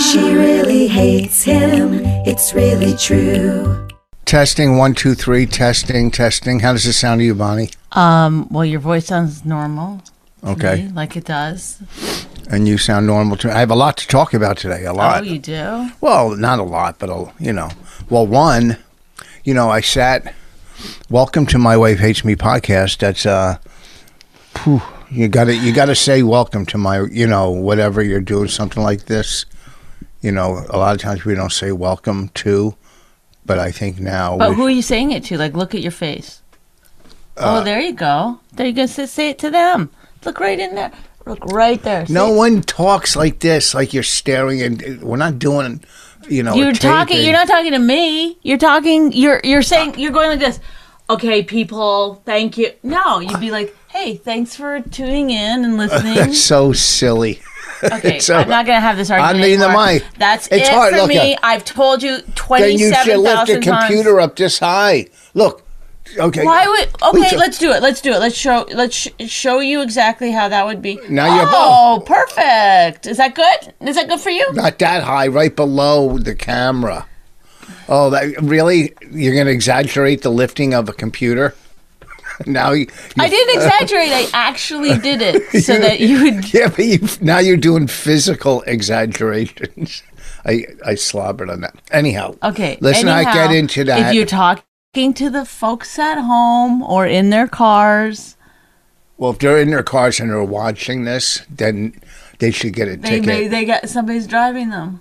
She really hates him. It's really true. Testing one, two, three, testing, testing. How does it sound to you, Bonnie? Um, well, your voice sounds normal. to Okay. me, like it does. And you sound normal too. I have a lot to talk about today. A lot. Oh, you do? Well, not a lot, but a, you know. Well, one, you know, I sat. Welcome to my wife hates me podcast. That's uh, phew, you got to you got to say welcome to my you know whatever you're doing something like this. You know, a lot of times we don't say welcome to, but I think now. But we- who are you saying it to? Like, look at your face. Uh, oh, there you go. There you go. Say, say it to them. Look right in there. Look right there. Say no it. one talks like this. Like you're staring, and uh, we're not doing. You know, a You're tape talking. and- You're not talking to me. You're talking. You're you're saying you're going like this. Okay, people. Thank you. No, you'd be like, hey, thanks for tuning in and listening. That's so silly. Okay, So- I'm not gonna have this argument. need the anymore. mic. That's It's it hard, for look, me. uh, I've told you Then you should twenty-seven lift the thousand times. computer up this high. Look. Okay. Why would? We Okay, should- let's do it. Let's do it. Let's show. Let's sh- show you exactly how that would be. Now you're Oh, perfect. Is that good? Is that good for you? Not that high, right below the camera. Oh, that really? You're going to exaggerate the lifting of a computer? Now you, you- I didn't exaggerate. I actually did it so that you would. yeah, but you now you're doing physical exaggerations. I I slobbered on that. Anyhow, Okay. Let's not anyhow, get into that. If you're talking to the folks at home or in their cars, well, if they're in their cars and they're watching this, then they should get a they ticket. may, they got somebody's driving them.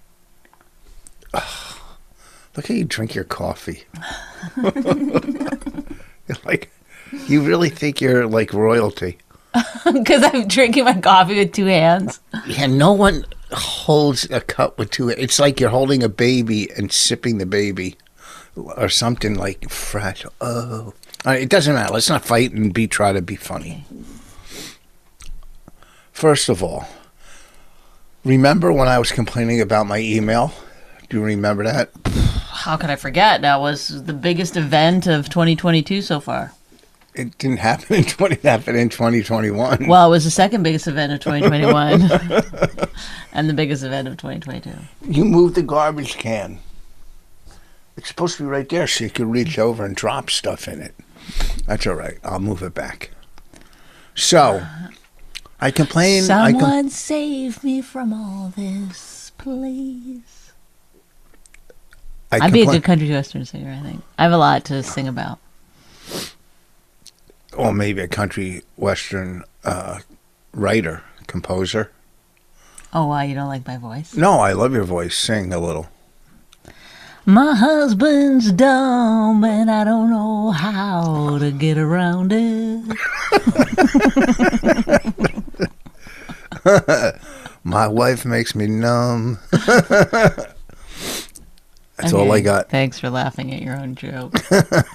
Look how you drink your coffee. You're like, you really think you're like royalty. Because I'm drinking my coffee with two hands. Yeah, no one holds a cup with two. It's like you're holding a baby and sipping the baby or something like fragile. Oh. All right, it doesn't matter. Let's not fight and be try to be funny. First of all, remember when I was complaining about my email? Do you remember that? How could I forget? That was the biggest event of 2022 so far. It didn't happen in 20 it happened in 2021. Well, it was the second biggest event of 2021 and the biggest event of 2022. You moved the garbage can. It's supposed to be right there so you can reach over and drop stuff in it. That's all right. I'll move it back. So, I complain. I Someone com- save me from all this, please. I I'd be a complain- good country western singer, I think. I have a lot to sing about. or maybe a country western uh, writer, composer. Oh, wow, you don't like my voice? No, I love your voice. Sing a little. My husband's dumb and I don't know how to get around it. My wife makes me numb. That's all I Okay, got. Thanks for laughing at your own joke.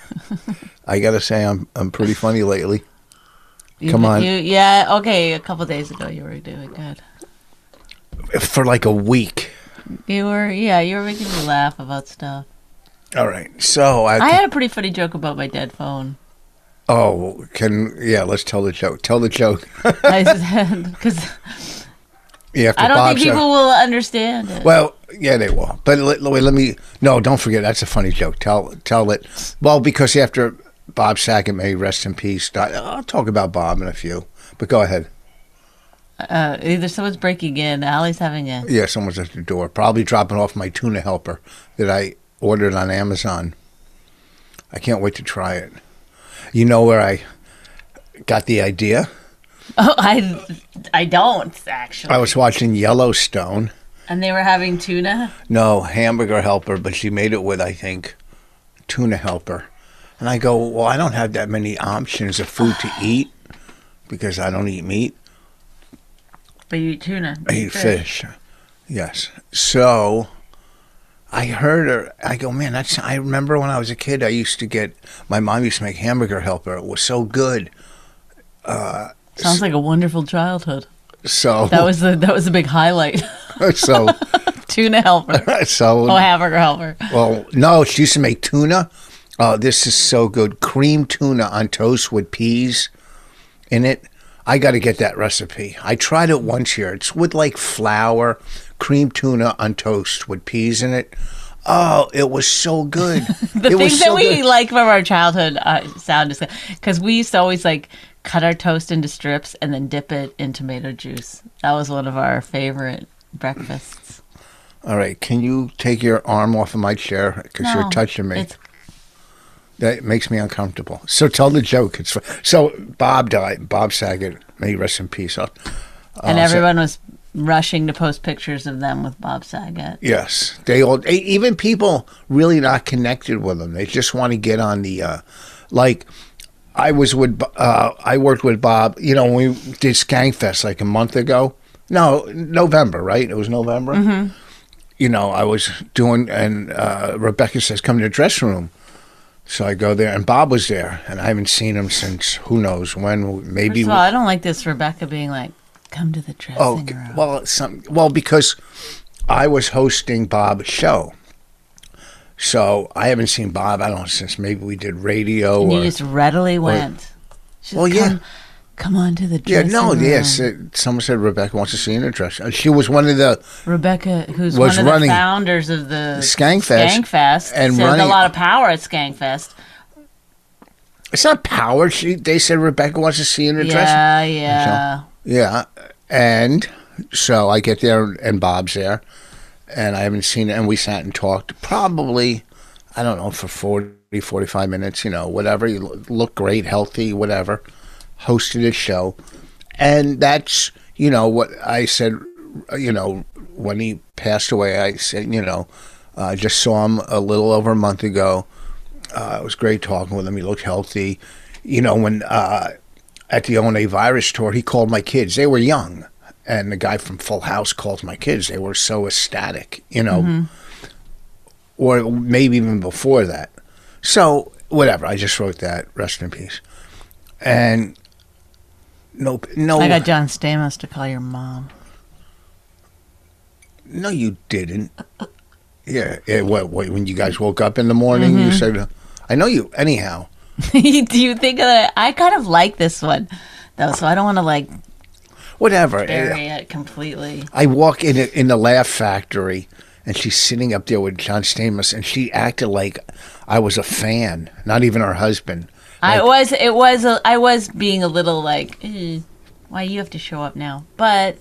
I got to say, I'm I'm pretty funny lately. You- Come on. You, yeah, okay, a couple days ago you were doing good. For like a week. You were, yeah, you were making me laugh about stuff. All right. So I, I had a pretty funny joke about my dead phone. Oh, can yeah? Let's tell the joke. Tell the joke. I said because Yeah, after I don't Bob think said- people will understand it. Well, yeah, they will. But let, wait, let me. No, don't forget. That's a funny joke. Tell tell it. Well, because after Bob Saget, may he rest in peace. Died, I'll talk about Bob in a few. But go ahead. Uh, either someone's breaking in, Allie's having a. Yeah, someone's at the door. Probably dropping off my tuna helper that I ordered on Amazon. I can't wait to try it. You know where I got the idea? Oh, I, I don't actually. I was watching Yellowstone. And they were having tuna. No, hamburger helper, but she made it with, I think, tuna helper. And I go, well, I don't have that many options of food to eat because I don't eat meat. But you eat tuna. I eat fish. Yes. So I heard her. I go, man, that's. I remember when I was a kid, I used to get, my mom used to make hamburger helper. It was so good. Sounds like a wonderful childhood. So, That was the that was the big highlight. so, tuna helper. so, Oh, hamburger helper. well, no, she used to make tuna. Oh, this is so good. Cream tuna on toast with peas in it. I got to get that recipe. I tried it once here. It's with like flour, cream tuna on toast with peas in it. Oh, it was so good. The it was things that so we good. like from our childhood uh, sound is because we used to always like cut our toast into strips and then dip it in tomato juice. That was one of our favorite breakfasts. All right, can you take your arm off of my chair because No, you're touching me? it's- That makes me uncomfortable. So tell the joke. It's so Bob died. Bob Saget, may he rest in peace. Uh, and so- everyone was rushing to post pictures of them with Bob Saget. Yes, they all. e- Even people really not connected with them. They just want to get on the, uh, like, I was with. Bo- Uh, I worked with Bob. You know, when we did Skankfest like a month ago. No, November, right? It was November. You know, I was doing, and uh, Rebecca says, "Come to the dressing room." So I go there, and Bob was there, and I haven't seen him since who knows when. First Maybe of all, I don't like this Rebecca being like, "Come to the dressing Oh, g- room." well, some well because I was hosting Bob's show, so I haven't seen Bob. I don't know since maybe we did radio and or you just readily went. She's oh, uh, Well, like, yeah. "Come- Come on to the yeah. dressing No, room. yes. It, someone said Rebecca wants to see an address. Uh, She was one of the Rebecca, who's was one of running the founders of the Skankfest Skankfest and and running- a lot of power at Skankfest. it's not power. She they said Rebecca wants to see an address. Yeah, yeah. Yeah, and so I get there and Bob's there, and I haven't seen it. And we sat and talked probably, I don't know, for 40, 45 minutes, you know, whatever. You lo- look great, healthy, whatever. Hosted a show. And that's, you know, what I said, you know, when he passed away, I said, you know, I just saw him a little over a month ago. Uh, it was great talking with him. He looked healthy. You know, when uh, at the ONA virus tour, he called my kids. They were young. And the guy from Full House called my kids. They were so ecstatic, you know, Mm-hmm. or maybe even before that. So, whatever. I just wrote that. Rest in peace. And no, no, I got John Stamos to call your mom. no, you didn't. Yeah. It, what, what, when you guys woke up in the morning, you Mm-hmm. said, I know you. Anyhow. Do you think that I kind of like this one though? So I don't want to like Whatever. bury it completely. I walk in the, in the Laugh Factory, and she's sitting up there with John Stamos, and she acted like I was a fan, not even her husband. I Like, was, it was, a, I was being a little like, "Eh, why you have to show up now? But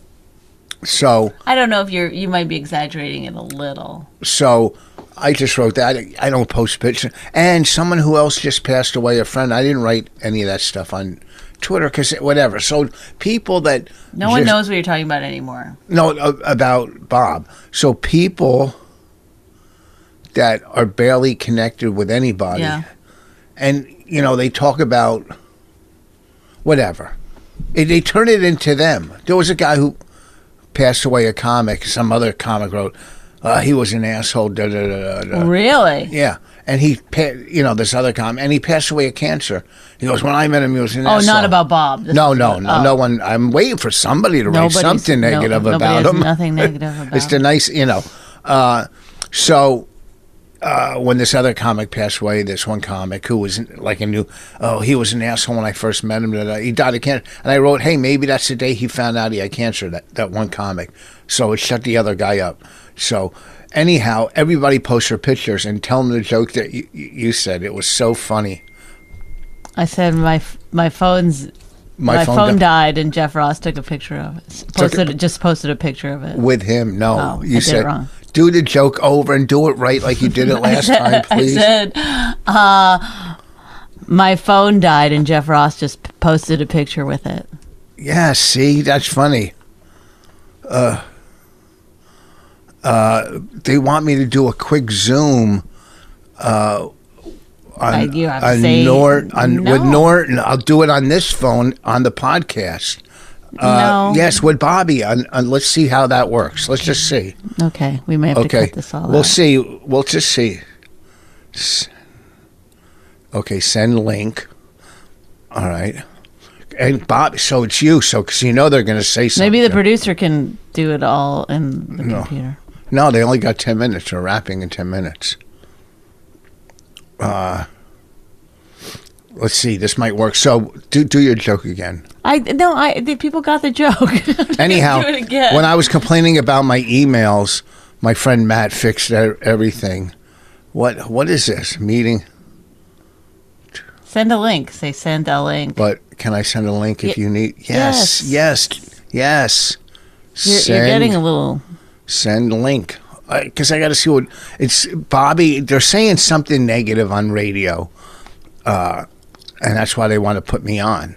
so I don't know if you're, you might be exaggerating it a little. so. I just wrote that. I- I don't post pictures. And someone who else just passed away, a friend. I didn't write any of that stuff on Twitter because whatever. So people that No one just- knows what you're talking about anymore. No, a- about Bob. So people that are barely connected with anybody, Yeah. and you know they talk about whatever. It, they turn it into them. There was a guy who passed away, a comic. Some other comic wrote, uh, "He was an asshole." Da da da da. da. really? Uh, Yeah, and he, pa- you know, this other comic, and he passed away of cancer. He goes, "When I met him, he was an Oh, asshole." not about Bob. This No, is no, about- no, oh. no one. I'm waiting for somebody to write Nobody's- something no- negative nobody about has him. nothing negative about it's the him. nice, you know. Uh, so uh, when this other comic passed away, this one comic who was like a new, oh, he was an asshole when I first met him. that He died of cancer, and I wrote, hey, maybe that's the day he found out he had cancer. That that one comic, so it shut the other guy up. So. Anyhow, everybody post their pictures and tell them the joke that you, you you said. It was so funny. I said my f- my phone's my, phone, di- died, and Jeff Ross took a picture of it. S- Posted just posted a picture of it. with him. No, Oh, I you did it said wrong. do the joke over and do it right like you did it last time, please. I said, uh, my phone died, and Jeff Ross just p- posted a picture with it. yeah, see, that's funny. Uh, uh, they want me to do a quick zoom. Uh, on, Like you have to on say Nort- on- with no. Norton. I'll do it on this phone on the podcast. Uh, no. Mm. Yes, with Bobby. On, on, let's see how that works. Let's just see. Okay, we may have to Okay. cut this all we'll out. see. We'll just see. S- Okay, send link. All right. And Bob, so it's you, so because you know they're going to say something. Maybe the producer can do it all in the computer. no, they only got ten minutes. They're wrapping in ten minutes. Uh, Let's see. This might work. So do do your joke again. I no, I the people got the joke. Anyhow, do it again. when I was complaining about my emails, my friend Matt fixed e- everything. What what is this meeting? send a link. Say send a link. But can I send a link if Ye- you need? Yes, yes, yes. You're, you're Send- getting a little. send link because I, got to see what it's Bobby. They're saying something negative on radio, uh, and that's why they want to put me on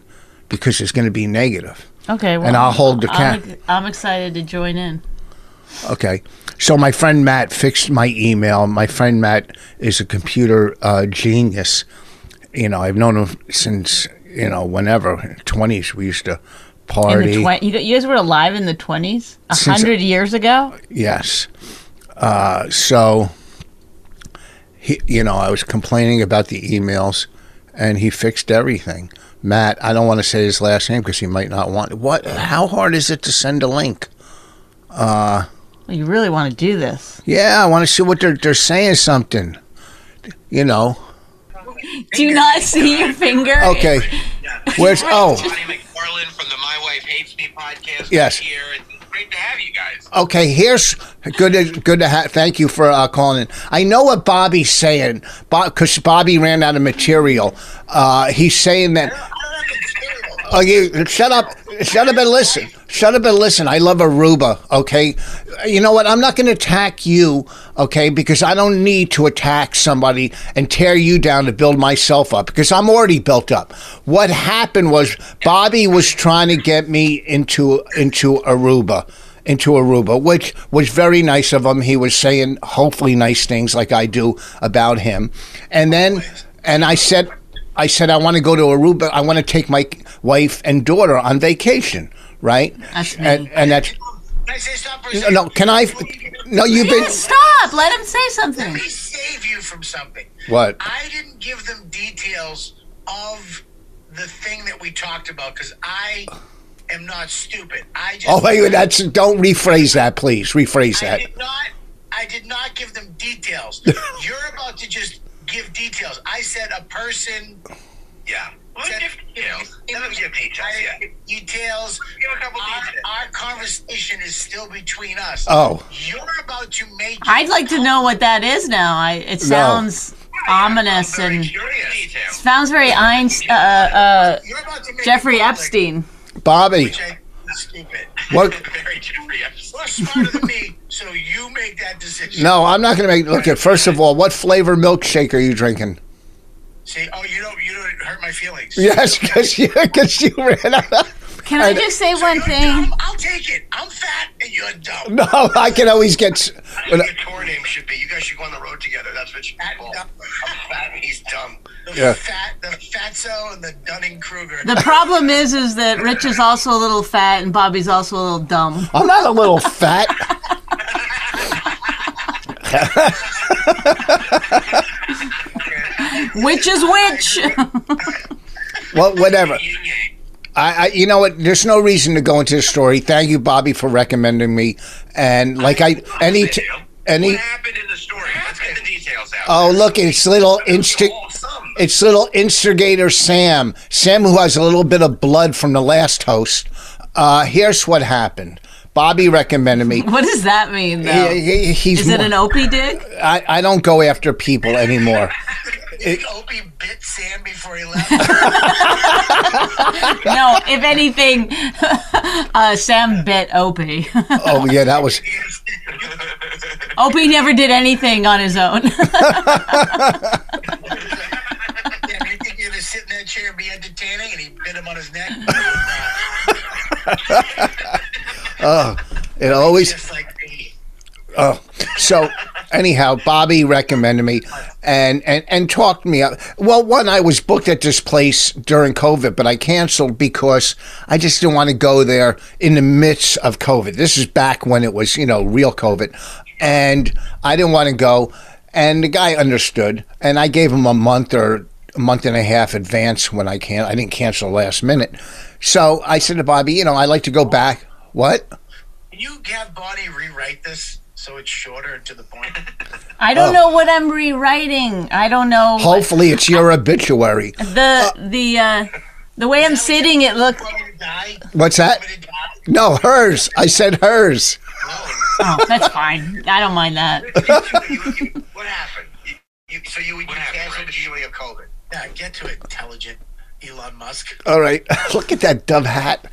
because it's going to be negative. Okay, well, And I'll hold the I'm- cat. I'm excited to join in. Okay, so my friend Matt fixed my email. My friend Matt is a computer uh, genius. You know, I've known him since you know whenever twenties we used to In party. the twen- you, you guys were alive in the twenties, a Since- hundred years ago. Yes. Uh, so, he, you know, I was complaining about the emails, and he fixed everything. Matt, I don't want to say his last name because he might not want. What? How hard is it to send a link? Well, you really want to do this? Yeah, I want to see what they're they're saying. Something, you know. Do you not see your finger? Okay. Where's oh? Bonnie McFarland from the My Wife Hates Me podcast. Yes. Here. It's great to have you guys. Okay, here's good. To, good to have. Thank you for uh, calling in. I know what Bobby's saying, because Bobby ran out of material. Uh, he's saying that. Oh, you shut up! Shut up and listen. Shut up and listen. I love Aruba. Okay, you know what? I'm not going to attack you. Okay, because I don't need to attack somebody and tear you down to build myself up because I'm already built up. What happened was Bobby was trying to get me into into Aruba. Into Aruba, which was very nice of him. He was saying hopefully nice things like I do about him, and then and I said I said I want to go to Aruba. I want to take my wife and daughter on vacation, right? That's me. and, and that's Can I say stop for a second? no. Can I? No, you've Yeah, been stop. Let him say Let something. me save you from something. what? I didn't give them details of the thing that we talked about because I am not stupid. I just. Oh, wait, that's don't rephrase that, please. Rephrase I that. did not. I did not give them details. You're about to just give details. I said a person. Yeah. Said, details. Let me give details. Yeah. Details. Give a couple our, details. Our conversation is still between us. Oh, You're about to make. I'd like to know what that is now. I, it sounds ominous and curious. sounds very Einstein, uh, uh, You're about to make Jeffrey it public. Epstein. Bobby. Okay, Stupid. What? Very Jeffrey Epstein. You're smarter than me, so you make that decision. No, I'm not going to make. Look at first of all, what flavor milkshake are you drinking? See, oh, you don't, you don't hurt my feelings. Yes, because you, cause you ran out. of- Can I And- just say So one you're thing? dumb, I'll take it. I'm fat and you're dumb. No, I can always get. s- Your tour name should be. You guys should go on the road together. That's what you Fat and call. dumb. I'm fat and he's dumb. The Yeah. fat, the fatso, and the Dunning Kruger. The problem is, is that Rich is also a little fat and Bobby's also a little dumb. I'm not a little fat. Which is which? Well, whatever. I, I, you know what? There's no reason to go into the story. Thank you, Bobby, for recommending me. And like I, any, t- any. What happened in the story? Let's get the details out. Oh, look! It's little insta. Awesome. It's little instigator Sam. Sam, who has a little bit of blood from the last host. Uh, here's what happened. Bobby recommended me. What does that mean, though? He- he- he's Is it more- an opie dig? I, I don't go after people anymore. You think Opie bit Sam before he left? No, if anything, uh, Sam bit Opie. Oh yeah, that was Opie never did anything on his own. Yeah, you think you're gonna sit in that chair and be entertaining, and he bit him on his neck. it. Always Just like me. so anyhow bobby recommended me and, and and talked me up well one i was booked at this place during covid but i canceled because i just didn't want to go there in the midst of covid this is back when it was you know real covid and i didn't want to go and the guy understood and i gave him a month or a month and a half advance when i can i didn't cancel last minute so i said to bobby you know i like to go back what Can you have Bonnie rewrite this? so it's shorter and to the point. I don't know what I'm rewriting. I don't know. what- Hopefully, it's your obituary. the the uh, the way I'm sitting, it looked. Want me to die? What's that? Want me to die? No, hers. I said hers. Oh, that's fine. I don't mind that. you, you, you, What happened? you, you, so you, you canceled the shooting of COVID. Yeah, get to it, intelligent Elon Musk. All right. Look at that dove hat.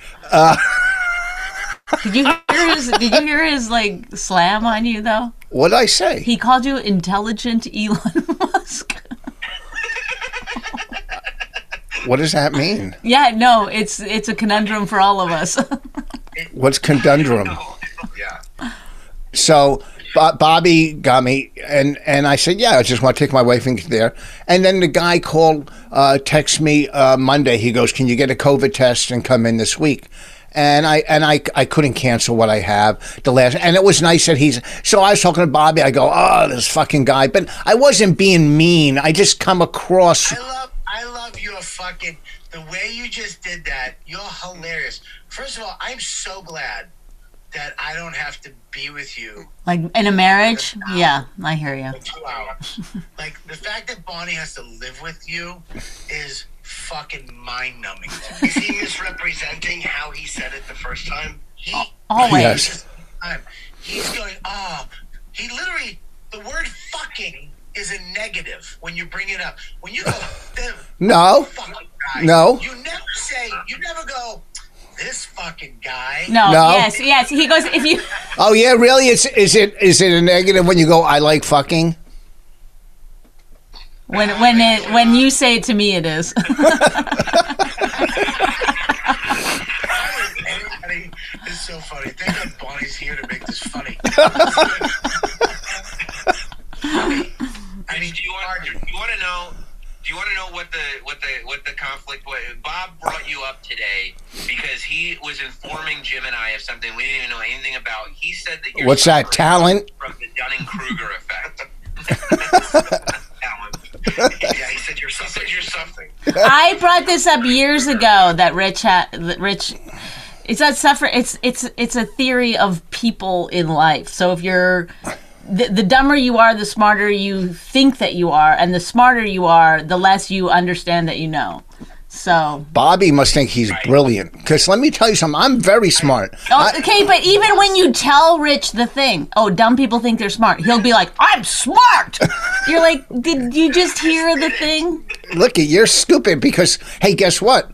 Did you hear his? Did you hear his like slam on you though? What'd I say? He called you intelligent Elon Musk. What does that mean? Yeah, no, it's it's a conundrum for all of us. What's conundrum? Yeah. So Bo- Bobby got me, and and I said, yeah, I just want to take my wife and get there. And then the guy called, uh, texted me uh, Monday. He goes, can you get a COVID test and come in this week? And I and I, I couldn't cancel what I have the last and it was nice that he's so I was talking to Bobby I go oh this fucking guy but I wasn't being mean I just come across I love, I love your fucking the way you just did that. You're hilarious. First of all, I'm so glad that I don't have to be with you like in a marriage, yeah, I hear you. for two hours. like the fact that Bonnie has to live with you is fucking mind numbing. Is he misrepresenting how he said it the first time? He, Always. Yes. time. He's going, oh, he literally, the word fucking is a negative when you bring it up. When you go, the no fucking guy. No. You never say, you never go, this fucking guy. No, No. yes, yes. He goes if you oh yeah really is is it is it a negative when you go I like fucking when when it when you say it to me, it is. Everybody is so funny. Thank God Bonnie's here to make this funny. I mean, do you want do you want to know? Do you want to know what the what the what the conflict was? Bob brought you up today because he was informing Jim and I of something we didn't even know anything about. He said that you're what's that suffering talent from the Dunning Kruger effect. Talent. yeah, he said you're something. You're something. I brought this up years ago that Rich ha- that Rich it's not suffer it's it's it's a theory of people in life. So if you're the, the dumber you are, the smarter you think that you are, and the smarter you are, the less you understand that you know. So, Bobby must think he's brilliant. Because let me tell you something, I'm very smart. oh, okay, but even when you tell Rich the thing, oh, dumb people think they're smart, he'll be like, I'm smart. You're like, did you just hear the thing? Look, at you're stupid because, hey, guess what?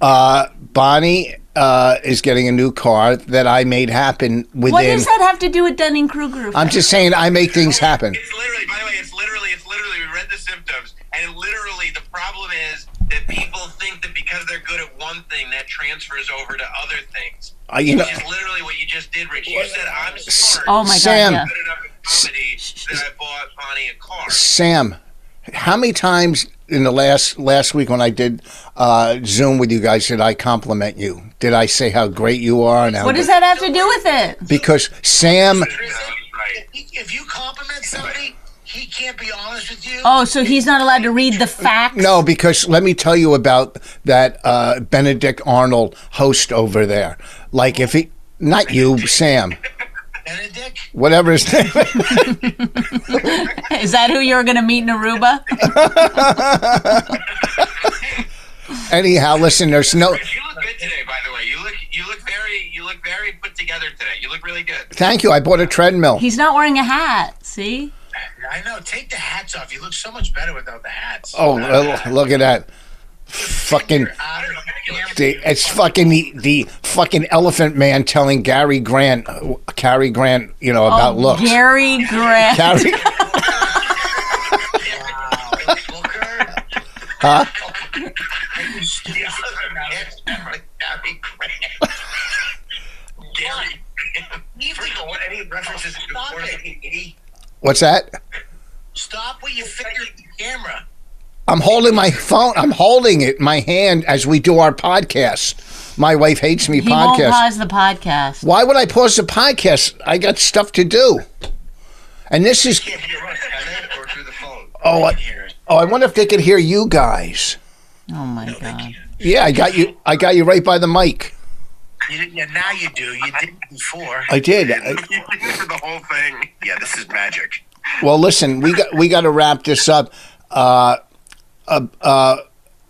Uh, Bonnie uh, is getting a new car that I made happen within. What does that have to do with Dunning Kruger? I'm just saying, I make things happen. It's literally, by the way, it's literally, it's literally, we read the symptoms, and literally the problem is that people think that because they're good at one thing, that transfers over to other things. Uh, you know, Which is literally what you just did, Rich. You said, I'm smart. Oh my Sam. god. Yeah. Good enough at comedy that I bought Bonnie a car. Sam, how many times in the last last week when I did uh, Zoom with you guys did I compliment you? Did I say how great you are? And how What does that have to do with it? Because Sam, Right. If you compliment somebody, he can't be honest with you. Oh, so he's not allowed to read the facts? No, because let me tell you about that uh, Benedict Arnold host over there. Like if he, not you, Sam, Benedict? whatever his name. Is that who you're going to meet in Aruba? Anyhow, listen, there's no. Rich, you look good today, by the way. You look, you look very, you look very put together today. You look really good. Thank you. I bought a treadmill. He's not wearing a hat. See? I know. Take the hats off. You look so much better without the hats. Oh, well, look at that. Fucking, I don't know. the, it's fucking the, the fucking elephant man telling Gary Grant, uh, Cary Grant, you know about Oh, looks. Gary Grant. Cary, Booker. huh? The other man's never Gary Grant. Gary Grant. First of all, what any references to Stop porn- What's that? Stop with your finger at the camera. I'm holding my phone. I'm holding it in my hand as we do our podcast. My wife hates me He podcast. won't pause the podcast. Why would I pause the podcast? I got stuff to do. And this is If you're on Skynet or through the phone. oh I, oh I wonder if they could hear you guys. Oh my god. Yeah, I got you. I got you right by the mic. You, yeah, now you do. You didn't before. I did. I, the whole thing. Yeah, this is magic. well, listen, we got we got to wrap this up. Uh, uh,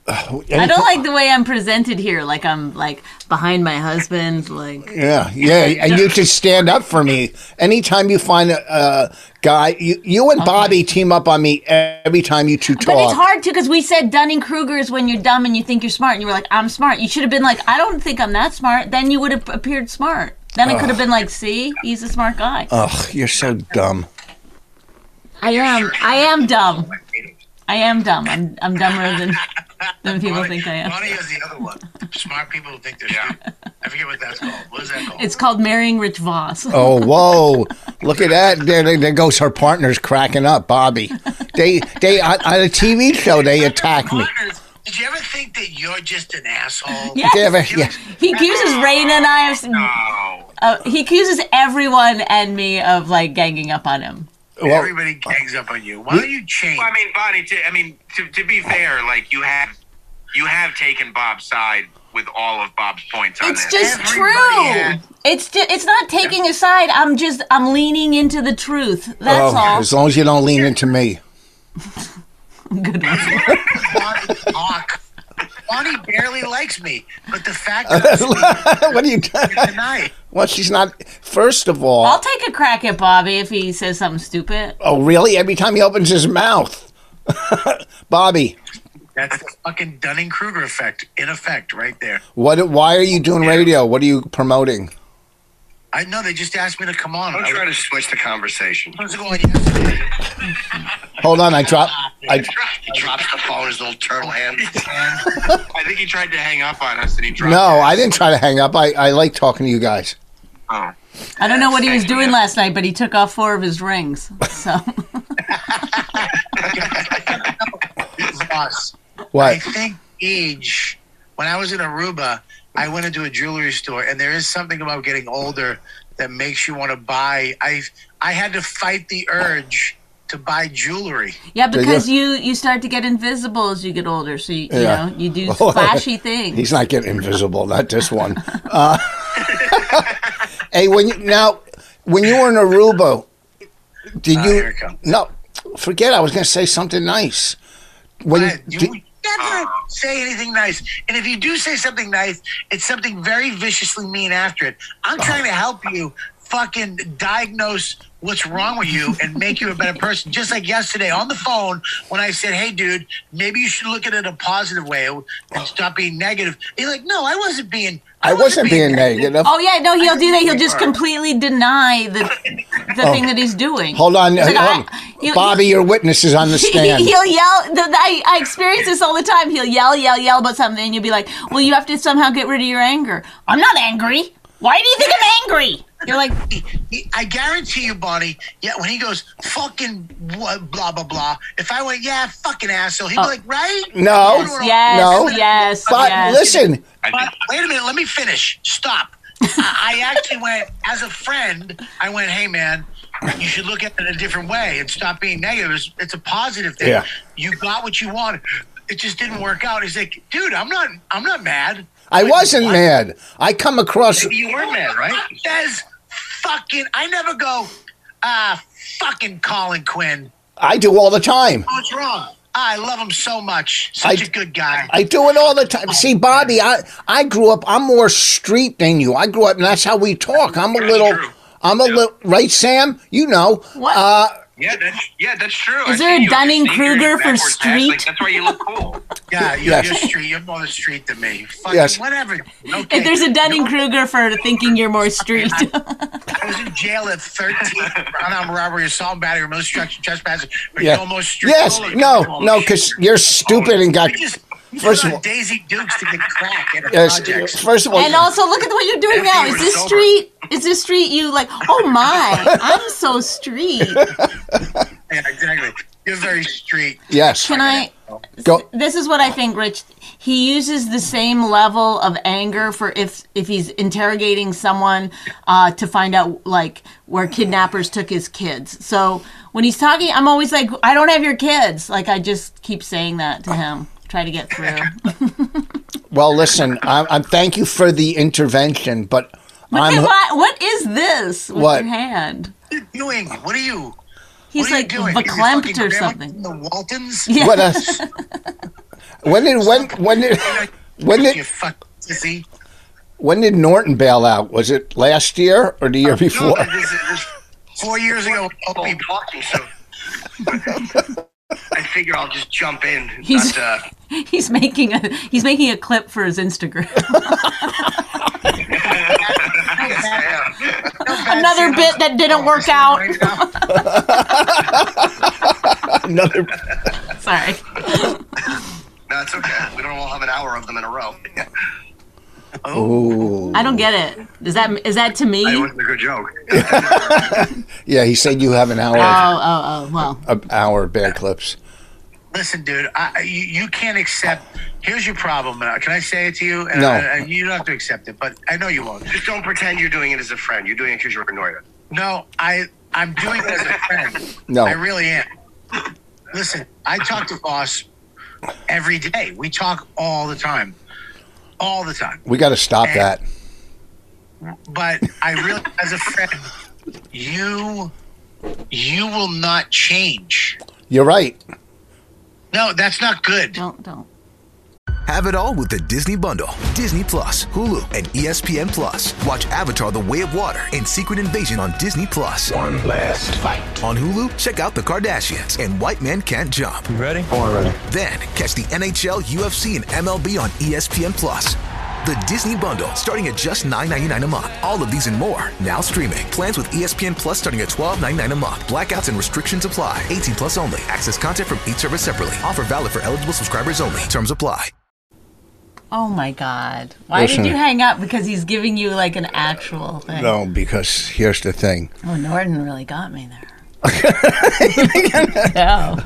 uh, I don't like the way I'm presented here. Like I'm like behind my husband. Like Yeah, yeah, and you should stand up for me. Anytime you find a, a guy, you, you and Bobby team up on me every time you two talk. But it's hard too because we said Dunning Kruger is when you're dumb and you think you're smart, and you were like, "I'm smart." You should have been like, "I don't think I'm that smart." Then you would have appeared smart. Then I could have been like, "See, he's a smart guy." Ugh, you're so dumb. I am. I am dumb. I am dumb. I'm, I'm dumber than than people think I am. Funny is the other one. Smart people who think they're stupid. I forget what that's called. What is that called? It's called marrying Rich Voss. Oh, whoa! Look at that. There, there, there goes her partner's cracking up, Bobby. They, they on, on a TV show they attack me. Partners, Did you ever think that you're just an asshole? Yes. They have a- yeah. He accuses Raina and I of. Oh, Uh, he accuses everyone and me of like ganging up on him. Well, everybody gangs up on you. Why don't you change? Well, uh, I mean, Bonnie. To, I mean, to, to be fair, like you have you have taken Bob's side with all of Bob's points on It's this. just Everybody true. has- It's ju- it's not taking a side. I'm just I'm leaning into the truth. That's oh, as long as you don't lean into me. all. Good one. Bonnie talk. Bonnie barely likes me, but the fact that I'm what are you? tonight, well, she's not. First of all, I'll take a crack at Bobby if he says something stupid. oh really? Every time he opens his mouth, Bobby. that's the fucking Dunning Kruger effect in effect right there. What? Why are you doing radio? What are you promoting? I know they just asked me to come on. Don't I try to switch the conversation. was going yesterday. Hold on, I dropped. I, He drops the phone, his little turtle hand. and I think he tried to hang up on us, and he dropped. no, I didn't try to hang up. I, I like talking to you guys. Oh. I don't know what he was doing last night, but he took off four of his rings. So us. I What? think age. When I was in Aruba, I went into a jewelry store, and there is something about getting older that makes you want to buy. I I had to fight the urge to buy jewelry. yeah, because you you start to get invisible as you get older. So you, you Yeah. know you do flashy things. He's not getting invisible. Not this one. Uh, hey, when you, now when you were in Aruba, did Ah, you? here it comes. No, forget. I was going to say something nice. When But you, you did- never say anything nice, and if you do say something nice, it's something very viciously mean after it. Oh. I'm trying to help you fucking diagnose what's wrong with you and make you a better person. Just like yesterday on the phone when I said, "Hey, dude, maybe you should look at it a positive way and stop being negative." You're like, "No, I wasn't being." I wasn't being negative. Oh yeah, no, he'll do that. He'll just completely deny the the thing that he's doing. Oh. Hold on, He's like, uh, hold I- on. you- Bobby. Your witness is on the stand. He, will yell. The, the- I, I experience this all the time. He'll yell, yell, yell about something, and you'll be like, "Well, you have to somehow get rid of your anger." I'm not angry. Why do you think I'm angry? You're like, He- I guarantee you, Bonnie. Yeah, when he goes fucking blah blah blah, blah if I went, yeah, fucking asshole, he'd be like, right? Uh, No. Yes, yes, No. yes, but yes. listen, But wait a minute, let me finish. Stop. I I actually went as a friend. I went, hey man, you should look at it a different way and stop being negative. It's, it's a positive thing. Yeah. You got what you wanted. It just didn't work out. He's like, dude, I'm not. I'm not mad. I wasn't mad. I come across. You were mad, right? Says fucking. I never go. Ah, fucking Colin Quinn. I do all the time. What's wrong? I love him so much. Such I- a good guy. I do it all the time. See, Bobby, I I grew up. I'm more street than you. I grew up, and that's how we talk. I'm a That's little. true. I'm a little. Right, Sam? You know. What? Uh, Yeah, that's yeah, that's true. I Is there see a you with your Dunning-Kruger sneakers, for backwards hats, street? Like, that's why you look cool. yeah, you're, Yes. you're street. You're more the street than me. Fucking Yes. whatever. Okay. if there's a Dunning Kruger for thinking you're more street, I was in jail at 13 for unarmed robbery, assault, and battery, most structure, trespassing, but yeah. you're almost street. Yes. No. No. Because you're stupid and got. you just you First first of of all- Daisy Dukes to get crack at a Yes. project. First of all. and also look at what you're doing now. Is this street? Is this street? You like? Oh my! I'm so street. Yeah, exactly. You're very street. yes. Can I? Go. this is what I think, Rich. He uses the same level of anger for if if he's interrogating someone uh, to find out like where kidnappers took his kids. So when he's talking, I'm always like, I don't have your kids. Like I just keep saying that to him, try to get through. Well, listen, I'm, I'm thank you for the intervention, but Look I'm at what, what is this with What? your hand? you doing? What are you? He's what are like you doing? Is your fucking verklempt or grandma something. from The Waltons. Yeah. what else? When did when when did when You did fucking sissy. when did Norton bail out? Was it last year or the year before? No, this is- this- Four years ago, I'll be talking, so I figure I'll just jump in. uh, He's- He's making a he's making a clip for his Instagram. Another bit that Oh, didn't work out. Another Sorry. no, it's okay. We don't all have an hour of them in a row. Ooh. I don't get it. Is that is that to me? It Oh, wasn't a good joke. Yeah, he said you have an hour oh, oh. Well, a hour of bad clips. Listen, dude, I, I- you, you can't accept. Here's your problem. and I- Can I say it to you? And No. I- and you don't have to accept it, but I know you won't. Just don't pretend you're doing it as a friend. You're doing it because you're annoyed. No, I I'm doing it as a friend. No. I really am. Listen, I talk to boss every day. We talk all the time, all the time. We got to stop that. But I really, as a friend, you you will not change. You're right. No, that's not good. don't don't. Have it all with the Disney Bundle. Disney Plus, Hulu, and E ESPN Plus. Watch Avatar The Way of Water and Secret Invasion on Disney Plus. One last fight. On Hulu, check out The Kardashians and White Men Can't Jump. You ready? Already. Then catch the NHL, UFC, and MLB on E ESPN Plus. The Disney Bundle, starting at just $9.99 a month. All of these and more, now streaming. Plans with E ESPN Plus starting at $12.99 a month. Blackouts and restrictions apply. 18 plus only. Access content from each service separately. Offer valid for eligible subscribers only. Terms apply. Oh my God! Why Listen. did you hang up? Because he's giving you like an actual thing. No, because here's the thing. Oh, Norton really got me there. yeah,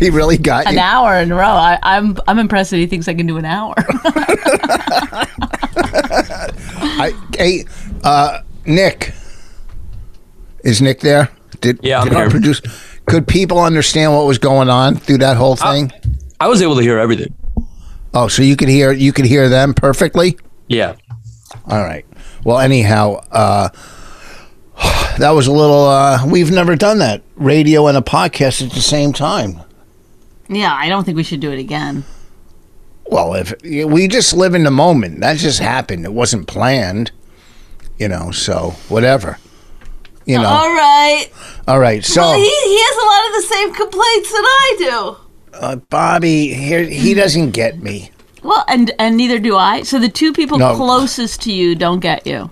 He really got an you. hour in a row. I, I'm I'm impressed that he thinks I can do an hour. I, hey, uh, Nick. Is Nick there? Did, Yeah, I'm did our here. produce? Could people understand what was going on through that whole Uh, thing? I was able to hear everything. oh, so you could hear you could hear them perfectly. Yeah. All right. Well, anyhow, uh, that was a little. Uh, we've never done that radio and a podcast at the same time. yeah, I don't think we should do it again. Well, if we just live in the moment, that just happened. It wasn't planned, you know. So whatever, you know. All right. All right, so Uh-huh. Well, he, he has a lot of the same complaints that I do. uh, Bobby, here Mm-hmm. he doesn't get me. Well, and and neither do I. So the two people No. closest to you don't get you.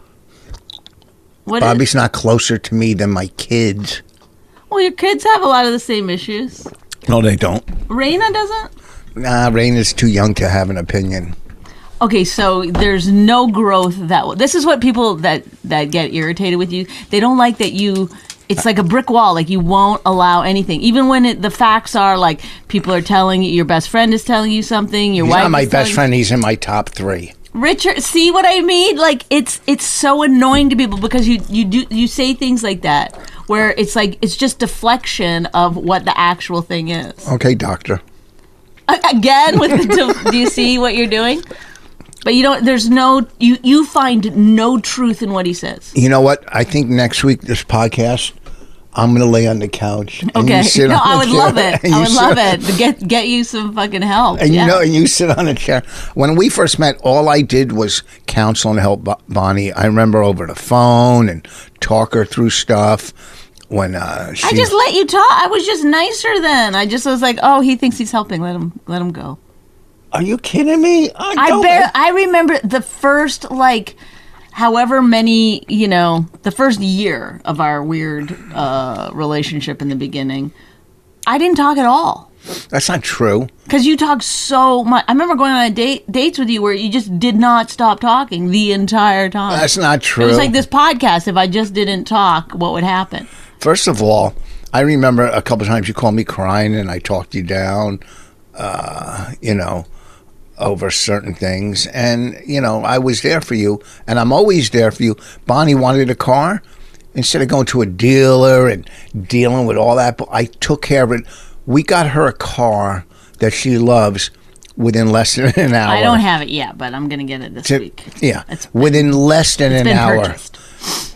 What? is- Bobby's not closer to me than my kids. well, your kids have a lot of the same issues. No, they don't. Raina doesn't. Nah, Rain is too young to have an opinion. Okay, so there's no growth that w- this is what people that that get irritated with you. They don't like that you it's like a brick wall like you won't allow anything even when it, the facts are like people are telling you your best friend is telling you something your He's wife not my is best telling- friend. He's in my top three. Richard, see what I mean? Like it's it's so annoying to people because you you do you say things like that where it's like it's just deflection of what the actual thing is. Okay, doctor. A- Again with the do you see what you're doing? But you don't there's no you you find no truth in what he says. You know what? I think next week this podcast, I'm gonna lay on the couch. And Okay. You sit no, on I the would chair love it. and I you would sit love it. Get get you some fucking help. And yeah. you know, and you sit on a chair. When we first met, all I did was counsel and help Bo- Bonnie. I remember over the phone and talk her through stuff. When uh, she, I just let you talk. I was just nicer then. I just was like, "Oh, he thinks he's helping. Let him let him go." are you kidding me? I, I don't- bar- I remember the first like however many, you know, the first year of our weird uh, relationship in the beginning. I didn't talk at all That's not true. cuz you talked so much. I remember going on a date dates with you where you just did not stop talking the entire time. That's not it true. was like this podcast. If I just didn't talk, what would happen? First of all, I remember a couple times you called me crying and I talked you down, uh, you know, over certain things. And, you know, I was there for you and I'm always there for you. Bonnie wanted a car. Instead of going to a dealer and dealing with all that, I took care of it. We got her a car that she loves within less than an hour. I don't have it yet, but I'm gonna get it this to- week. Yeah, It's- within less than It's an been hour. purchased.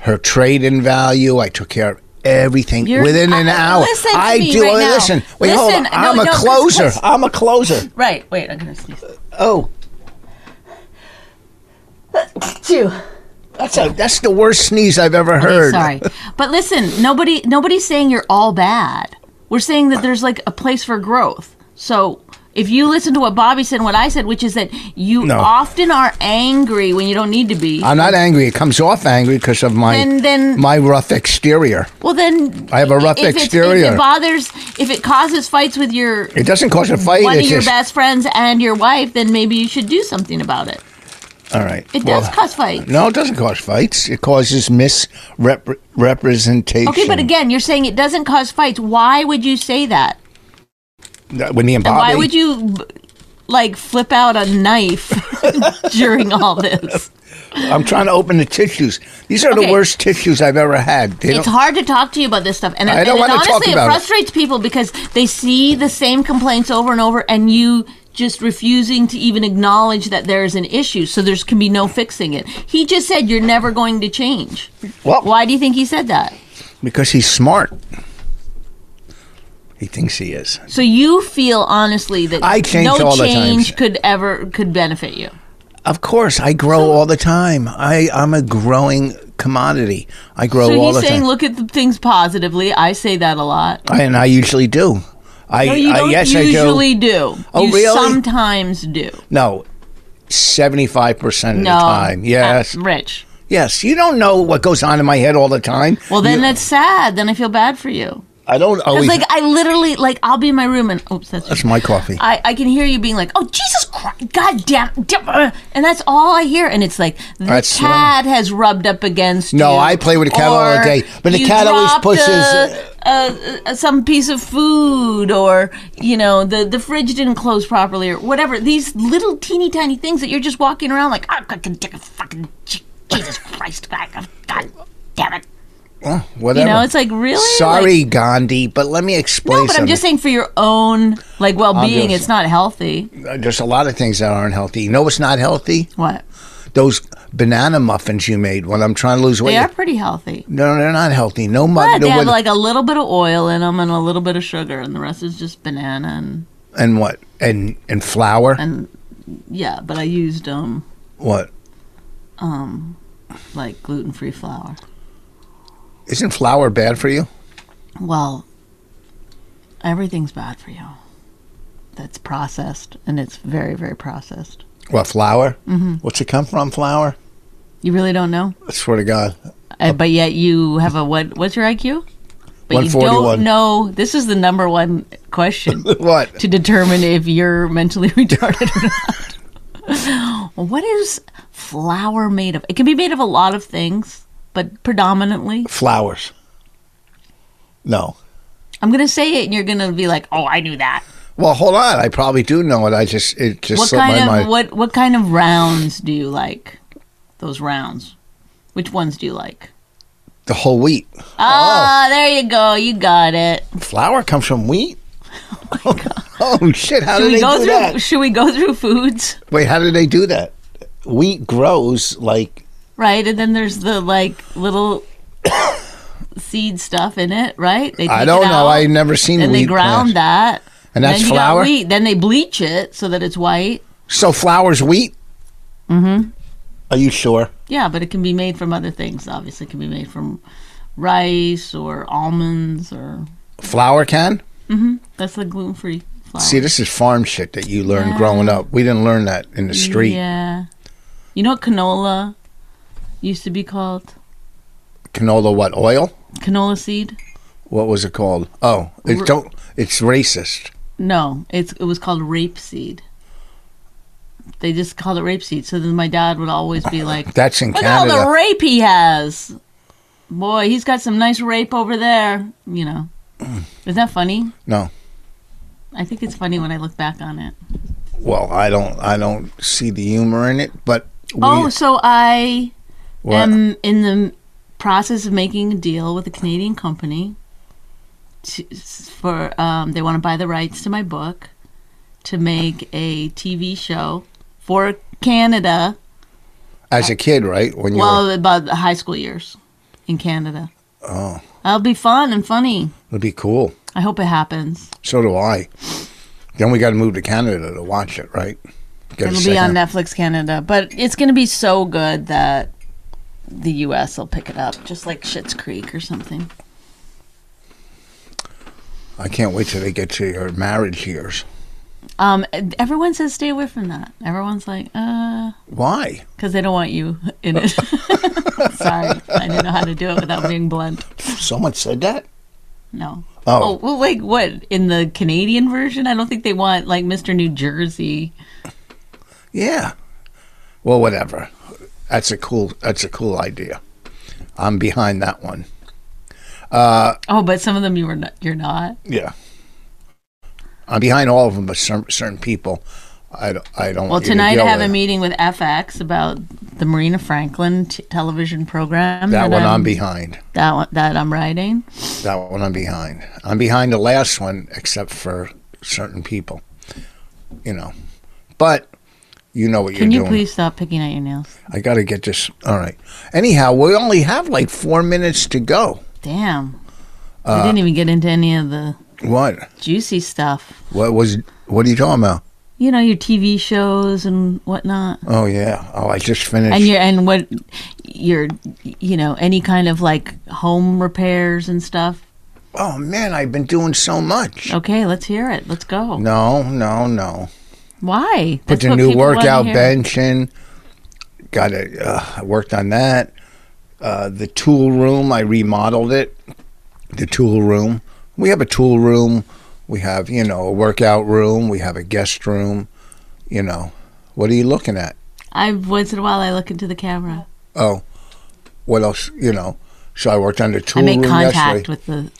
Her trade in value. I took care of everything You're- within an I- hour. listen to I me do. right now. listen, wait, hold on. Listen, no, I'm a no, 'cause- closer. 'cause- I'm a closer. Right. Wait. I'm gonna sneeze. Oh, Two. that's a that's the worst sneeze I've ever Okay, heard. sorry, but listen, nobody nobody's saying you're all bad. We're saying that there's like a place for growth. So if you listen to what Bobby said and what I said, which is that you No. often are angry when you don't need to be, I'm not angry. It comes off angry because of my Then- then- my rough exterior. well then I have a rough if it's- If exterior. it bothers, if it causes fights with your It doesn't cause a fight. one of it's your just, best friends and your wife, then maybe you should do something about it. All right. It well, does cause fights. No, it doesn't cause fights. It causes misrepresentation. Okay, but again, you're saying it doesn't cause fights. Why would you say that? when me and Bobby, Why would you b- like flip out a knife during all this? I'm trying to open the tissues. These are the Okay. worst tissues I've ever had. They It's don't- hard to talk to you about this stuff, and, I don't and, wanna talk honestly, about it it. frustrates people because they see the same complaints over and over, and you just refusing to even acknowledge that there is an issue. So there's can be no fixing it. He just said you're never going to change. Well- Why do you think he said that? because he's smart. He thinks he is. So you feel honestly that I change no all the time. change could ever could benefit you. Of course, I grow all the time. I I'm a growing commodity. I grow So Oh, all he's the saying, time, look at the things positively. I say that a lot. I- and I usually do. I, No, you I don't yes, I do. usually do. Oh, you really? sometimes do. No, seventy five percent of No. the time. Yes, Uh, Rich. yes. You don't know what goes on in my head all the time. Well, then You- that's sad. Then I feel bad for you. I don't always. Because, like, I literally, like, I'll be in my room and, oops, that's, that's my coffee. I, I can hear you being like, oh, Jesus Christ, God damn, damn, uh," and that's all I hear. And it's like, the That's wrong. cat has rubbed up against you. No, I play with the cat all or day, but the you cat always dropped pushes- a- a- a- some piece of food, or, you know, the, the fridge didn't close properly, or whatever. These little teeny tiny things that you're just walking around like, oh, God, God, damn, fucking, Je- Jesus Christ, God, God damn it. Whatever. You know, it's like, really? Like- Sorry, Gandhi, but let me explain. No, but I'm something. just saying for your own like well-being, Obvious. it's not healthy. There's a lot of things that aren't healthy. You know what's not healthy? What? Those banana muffins you made when I'm trying to lose weight. They are pretty healthy. No, they're not healthy. No But mud. they No have with- like a little bit of oil in them and a little bit of sugar, and the rest is just banana and and what? And and flour. and yeah. But I used um what? like gluten-free flour. Isn't flour bad for you? Well, everything's bad for you. That's processed, and it's very very processed. What flour? Mm-hmm. What's it come from? Flour. You really don't know, I swear to God. uh, but yet you have a what? What's your IQ? But you 141. don't know. This is the number one question. What? to determine if you're mentally retarded or not. what is flour made of? It can be made of a lot of things, but predominantly, Flowers. No. I'm going to say it and you're going to be like, "Oh, I knew that." Well, hold on. I probably do know it. I just it just What slipped kind my of mind. what what kind of rounds do you like? Those rounds. Which ones do you like? The whole wheat. Oh. Ah, there you go. You got it. Flour comes from wheat. Oh, shit! How Should did we they go do through that? should we go through foods? Wait, how do they do that? Wheat grows like Right? And then there's the like little seed stuff in it, right? They I take don't it know. out. I never seen and wheat they ground plants. that. And that's then you flour? Got wheat. Then they bleach it so that it's white. So flour's wheat. Mm-hmm. Are you sure? Yeah, but it can be made from other things. Obviously, it can be made from rice or almonds or Flour can. that's the gluten free flour. See, this is farm shit that you learned growing up. We didn't learn that in the street. Yeah, you know what canola used to be called? Canola, what oil? Canola seed? What was it called? Oh, it don't. It's racist. No, it's it was called rape seed. They just called it rape seed. So then my dad would always be like, That's in Look at all Canada. the rape he has. Boy, he's got some nice rape over there. You know. Isn't that funny? no. I think it's funny when I look back on it. Well, I don't. I don't see the humor in it. But we, Oh, um, so I what? am in the process of making a deal with a Canadian company to, for um, they want to buy the rights to my book to make a TV show for Canada. As a kid, right? When you Well, were, about the high school years in Canada. Oh. That'll be fun and funny. it'd be cool. I hope it happens. So do I. Then we got to move to Canada to watch it, right? Get a It'll be on second- Netflix Canada, but it's going to be so good that the U.S. will pick it up, just like Schitt's Creek or something. I can't wait till they get to your marriage years. Um, everyone says stay away from that. Everyone's like, uh, Why? because they don't want you in it. Sorry, I didn't know how to do it without being blunt. Someone said that? No. Oh. well, like what in the Canadian version? I don't think they want like Mr. New Jersey. Yeah. Well, whatever. That's a cool. That's a cool idea. I'm behind that one. Oh, but some of them you were not. You're not. Yeah. I'm behind all of them, but some, certain people, I don't. I don't Well, want you to tonight I deal have with. a meeting with FX about the Marina Franklin t- television program. That one I'm I'm- behind. That one that I'm writing. That one I'm behind. I'm behind the last one, except for certain people. You know, but you know what Can you you're doing. please stop picking at your nails? I got to get this. All right. Anyhow, we only have like four minutes to go. Damn. Uh, I didn't even get into any of the What? juicy stuff. What was? What are you talking about? You know your TV shows and whatnot, Oh yeah. Oh, I just finished. and your and what your you know any kind of like home repairs and stuff. oh man, I've been doing so much. Okay, let's hear it. Let's go. No, no, no. Why? Put That's the what new people wanna workout hear. bench in. Got it. Uh, I worked on that. Uh, the tool room, I remodeled it. The tool room. We have a tool room. We have, you know, a workout room. We have a guest room. You know, what are you looking at? I once in a while I look into the camera. Oh, what else? You know, so I worked on the tool I make room contact yesterday. with the.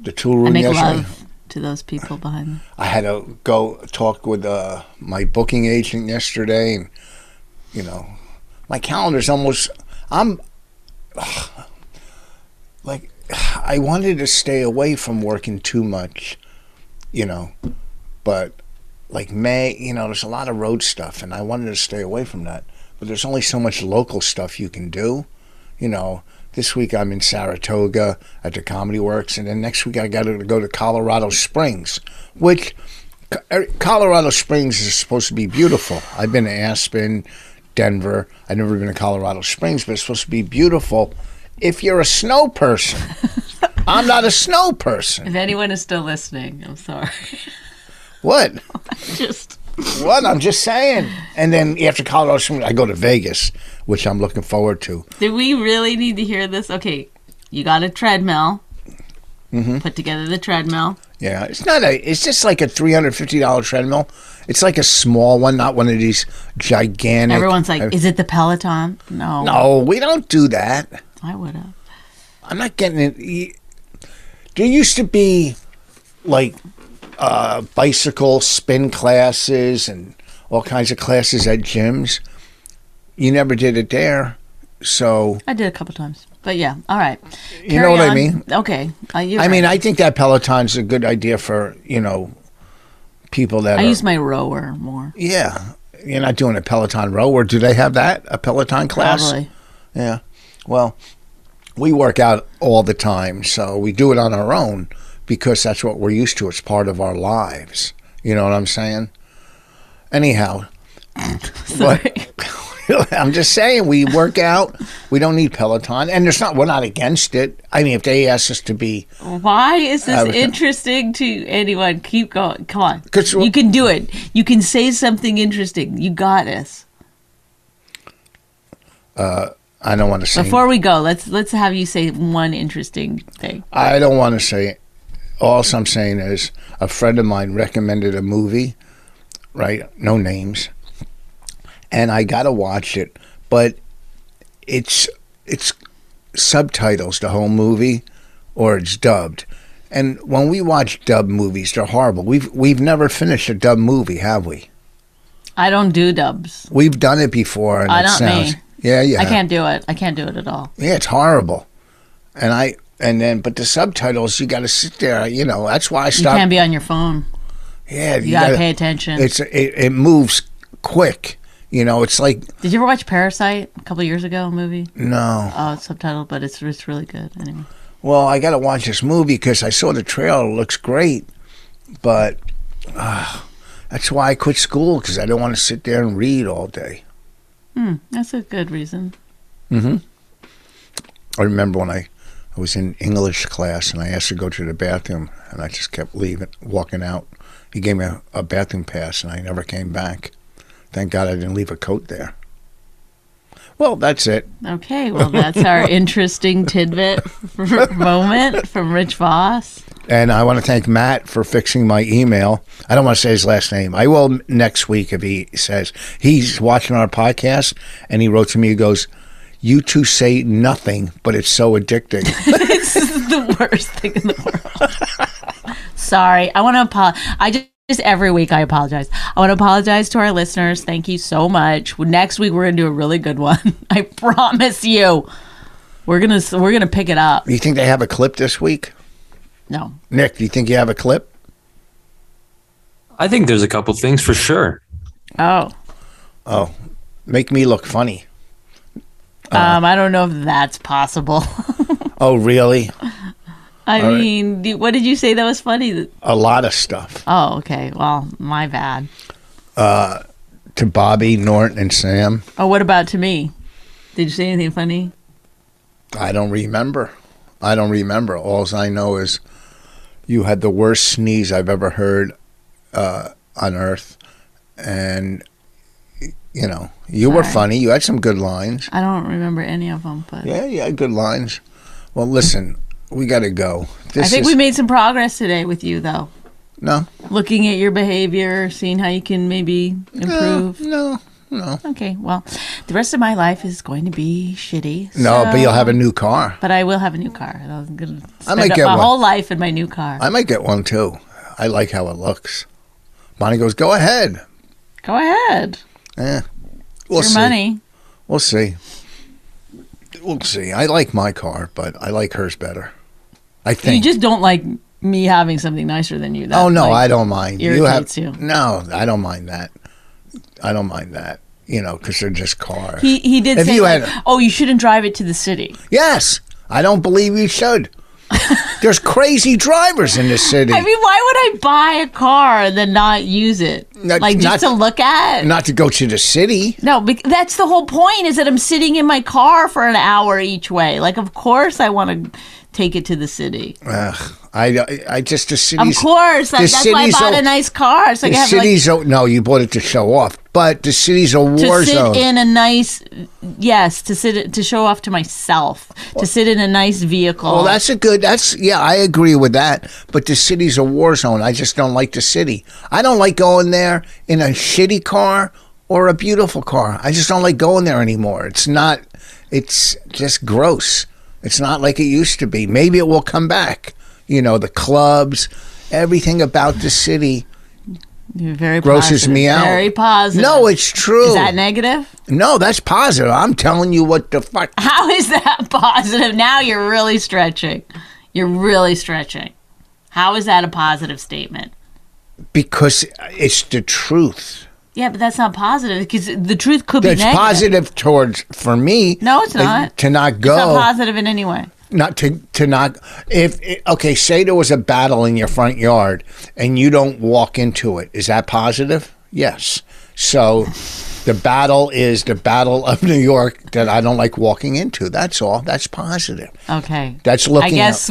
the tool I room make yesterday. love to those people behind me. I had to go talk with uh, my booking agent yesterday, and you know, my calendar's almost. I'm like, I wanted to stay away from working too much, you know, but like May, you know, there's a lot of road stuff, and I wanted to stay away from that. But there's only so much local stuff you can do, you know. This week I'm in Saratoga at the Comedy Works, and then next week I got to go to Colorado Springs, which Co- er, Colorado Springs is supposed to be beautiful. I've been to Aspen, Denver. I've never been to Colorado Springs, but it's supposed to be beautiful if you're a snow person. I'm not a snow person. If anyone is still listening, I'm sorry. What? Just What? I'm just saying. And then after Colorado Springs, I go to Vegas, which I'm looking forward to. do we really need to hear this? Okay, you got a treadmill. Mm-hmm. Put together the treadmill. Yeah, it's not a. It's just like a three hundred fifty dollar treadmill. It's like a small one, not one of these gigantic. Everyone's like, "Is it the Peloton?" No, no, we don't do that. I would have. I'm not getting it. y- There used to be like uh, bicycle spin classes and all kinds of classes at gyms. You never did it there, so I did a couple times, but yeah, all right. You know what I on. mean. Okay, uh, you're I mean, right. I think that Peloton's a good idea for you know people that I are, use my rower more. yeah. You're not doing a Peloton row, or do they have that a Peloton class? Probably. Yeah. Well, we work out all the time, so we do it on our own because that's what we're used to. It's part of our lives. You know what I'm saying? Anyhow, Sorry. I'm just saying we work out. We don't need Peloton, and there's not. We're not against it. I mean, if they ask us to be, Why is I this was- interesting to anyone? Keep going. Come on. 'Cause- You can do it. You can say something interesting. You got this. I don't want to say. Before we go, let's let's have you say one interesting thing. I don't want to say. All I'm saying is a friend of mine recommended a movie, right? No names, and I gotta watch it, but it's it's subtitles the whole movie, or it's dubbed. And when we watch dub movies, they're horrible. We've we've never finished a dub movie, have we? I don't do dubs. We've done it before, and I it don't sounds mean. yeah yeah. I can't do it. I can't do it at all. Yeah, it's horrible. And I and then but the subtitles you got to sit there. You know that's why I You stopped. can't be on your phone. Yeah, You gotta pay attention. It's it, it moves quick. You know, it's like Did you ever watch Parasite a couple years ago? A movie? no. Oh, it's subtitled, but it's it's really good. Anyway, Well, I got to watch this movie because I saw the trailer. It looks great, but uh, that's why I quit school because I don't want to sit there and read all day. that's a good reason. I remember when I, I was in English class and I asked to go to the bathroom and I just kept leaving, walking out. He gave me a, a bathroom pass and I never came back. Thank God I didn't leave a coat there. Well, that's it. Okay, well, that's our interesting tidbit for moment from Rich Voss. And I want to thank Matt for fixing my email. I don't want to say his last name. I will m- next week if he says he's watching our podcast and he wrote to me. He goes, "You two say nothing, but it's so addicting." This is the worst thing in the world. Sorry, I want to apologize. I just. Just every week, I apologize. I want to apologize to our listeners. Thank you so much. Next week, we're gonna do a really good one. I promise you. We're gonna we're gonna pick it up. you think they have a clip this week, No, Nick? Do you think you have a clip? I think there's a couple things for sure. oh, Make me look funny. um, Uh. I don't know if that's possible. Oh, really? I right. mean, do- what did you say that was funny? A lot of stuff Oh, okay. Well, my bad. to Bobby Norton and Sam. Oh, what about to me? Did you say anything funny? I don't remember. I don't remember. All I know is you had the worst sneeze I've ever heard uh, on earth, and you know you were funny. You had some good lines. I don't remember any of them, but Yeah, you had good lines. Well, listen, we got to go. This I think is, we made some progress today with you, though. no, Looking at your behavior, seeing how you can maybe no, improve. no, Okay, well, the rest of my life is going to be shitty. no. so- But you'll have a new car. But I will have a new car. and I'm gonna spend might up get my one. whole life in my new car. I might get one too. I like how it looks. Bonnie goes, "Go ahead." Go ahead, Eh, we'll your see. money. We'll see. We'll see. I like my car, but I like hers better. I You think. just don't like me having something nicer than you. That, oh no, like, I don't mind. irritates you. no, I don't mind that. I don't mind that. You know, because they're just cars. He he did If say, you like, had- "Oh, you shouldn't drive it to the city." yes, I don't believe you should. There's crazy drivers in this city. I mean, why would I buy a car and then not use it? Not- like not- just to look at? Not to go to the city. No, bec- that's the whole point is that I'm sitting in my car for an hour each way. Like, of course, I want to take it to the city. Ugh, I, I just the Of city's. course, that, the that's why I city's bought all- a nice car so I The can have like city's a- no, you bought it to show off, but the city's a to war sit zone. in a nice yes to sit to show off to myself to sit in a nice vehicle. Well, that's a good. That's yeah, I agree with that. But the city's a war zone. I just don't like the city. I don't like going there in a shitty car or a beautiful car. I just don't like going there anymore. It's not. It's just gross. It's not like it used to be. Maybe it will come back. You know, the clubs, everything about the city You're very grosses positive, me out. Very positive. No, it's true. is that negative? no, that's positive. I'm telling you what the fuck. How is that positive? Now you're really stretching. You're really stretching. How is that a positive statement? Because it's the truth. Yeah, but that's not positive because the truth could be It's negative. positive towards for me. No, it's like, not. To not It's not go, positive in any way. not to to not. If it- okay, say there was a battle in your front yard and you don't walk into it, is that positive? Yes. So, the battle is the battle of New York that I don't like walking into. That's all. That's positive. Okay. That's I looking. guess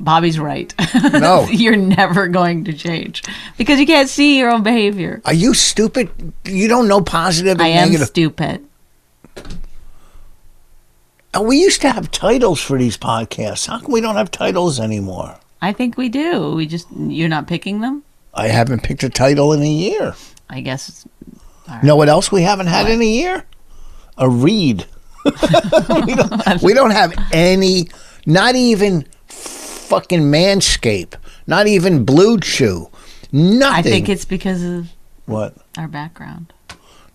Bobby's right. At, no. You're never going to change because you can't see your own behavior. Are you stupid? You don't know positive and I am negative. stupid. Oh, we used to have titles for these podcasts. How come we don't have titles anymore? I think we do. We just you're not picking them. I haven't picked a title in a year. I guess it's- Know what else we haven't had in a year? A read. we, don't, we don't have any, not even fucking Manscape, not even Blue Chew, nothing. I think it's because of What? our background.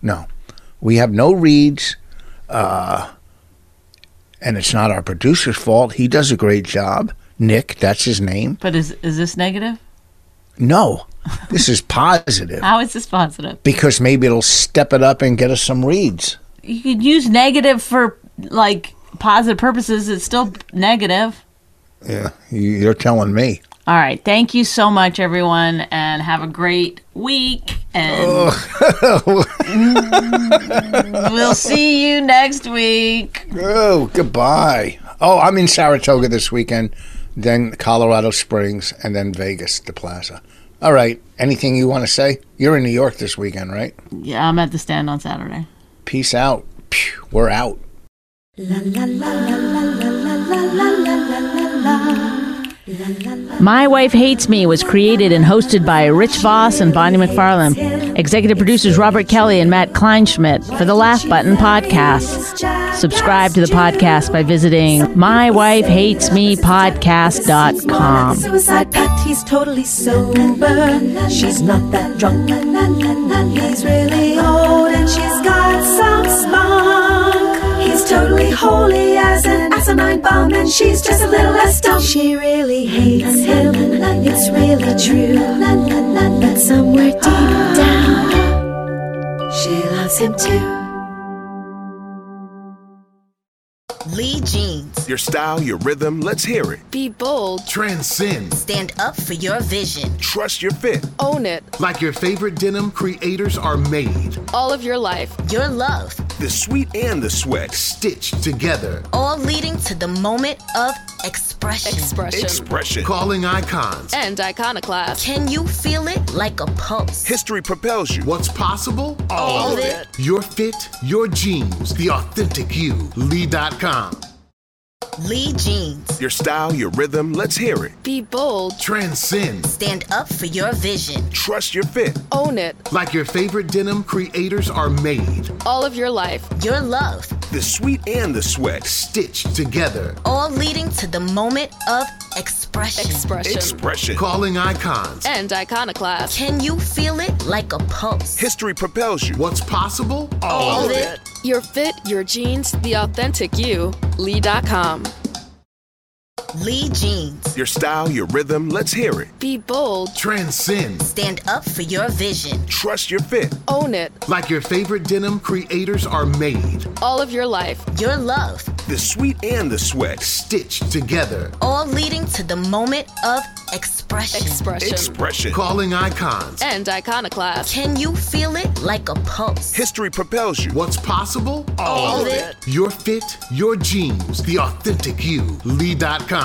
No. We have no reads. Uh, and it's not our producer's fault. He does a great job. Nick, that's his name. But is is this negative? No. This is positive How is this positive? because maybe it'll step it up and get us some reads. You could use negative for like positive purposes. It's still negative. Yeah, you- you're telling me. All right. Thank you so much, everyone, and have a great week. And we'll see you next week. Oh, goodbye. Oh, I'm in Saratoga this weekend, then Colorado Springs, and then Vegas, the plaza. All right. Anything you want to say? You're in New York this weekend, right? Yeah, I'm at the stand on Saturday. Peace out. Phew, we're out. My Wife Hates Me was created and hosted by Rich Voss and Bonnie McFarlane. Executive producers Robert Kelly and Matt Kleinschmidt for the Laugh Button podcast. Subscribe to the podcast by visiting mywifehatesmepodcast.com. Suicide pact, he's totally sober. She's not that drunk. He's really old and she's got some spunk. He's totally holy as an asinine bomb, and she's just a little less dumb. She really hates him. It's really true. But somewhere deep down, she loves him too. Lee Jeans. Your style, your rhythm, let's hear it. Be bold. Transcend. Stand up for your vision. Trust your fit. Own it. Like your favorite denim, creators are made, All of your life. Your love. The sweet and the sweat. stitched together, All leading to the moment of expression. Expression. Expression. calling icons. and iconoclast. Can you feel it like a pulse? History propels you. What's possible? All of it. Your fit, your jeans, the authentic you. Lee.com. Lee Jeans. Your style, your rhythm, let's hear it. Be bold. Transcend. Stand up for your vision. Trust your fit. Own it. Like your favorite denim, creators are made, All of your life. Your love. The sweet and the sweat. stitched together, All leading to the moment of expression. Eh. Expression. Expression. calling icons. and iconoclast. Can you feel it like a pulse? History propels you. What's possible? All of it. Your fit, your jeans, the authentic you. Lee.com. Lee Jeans. Your style, your rhythm, let's hear it. Be bold. Transcend. Stand up for your vision. Trust your fit. Own it. Like your favorite denim, creators are made, All of your life. Your love. The sweet and the sweat. stitched together, All leading to the moment of expression. Expression. Expression. calling icons. and iconoclast. Can you feel it like a pulse? History propels you. What's possible? Oh, All of it. Your fit, your jeans, the authentic you. Lee.com.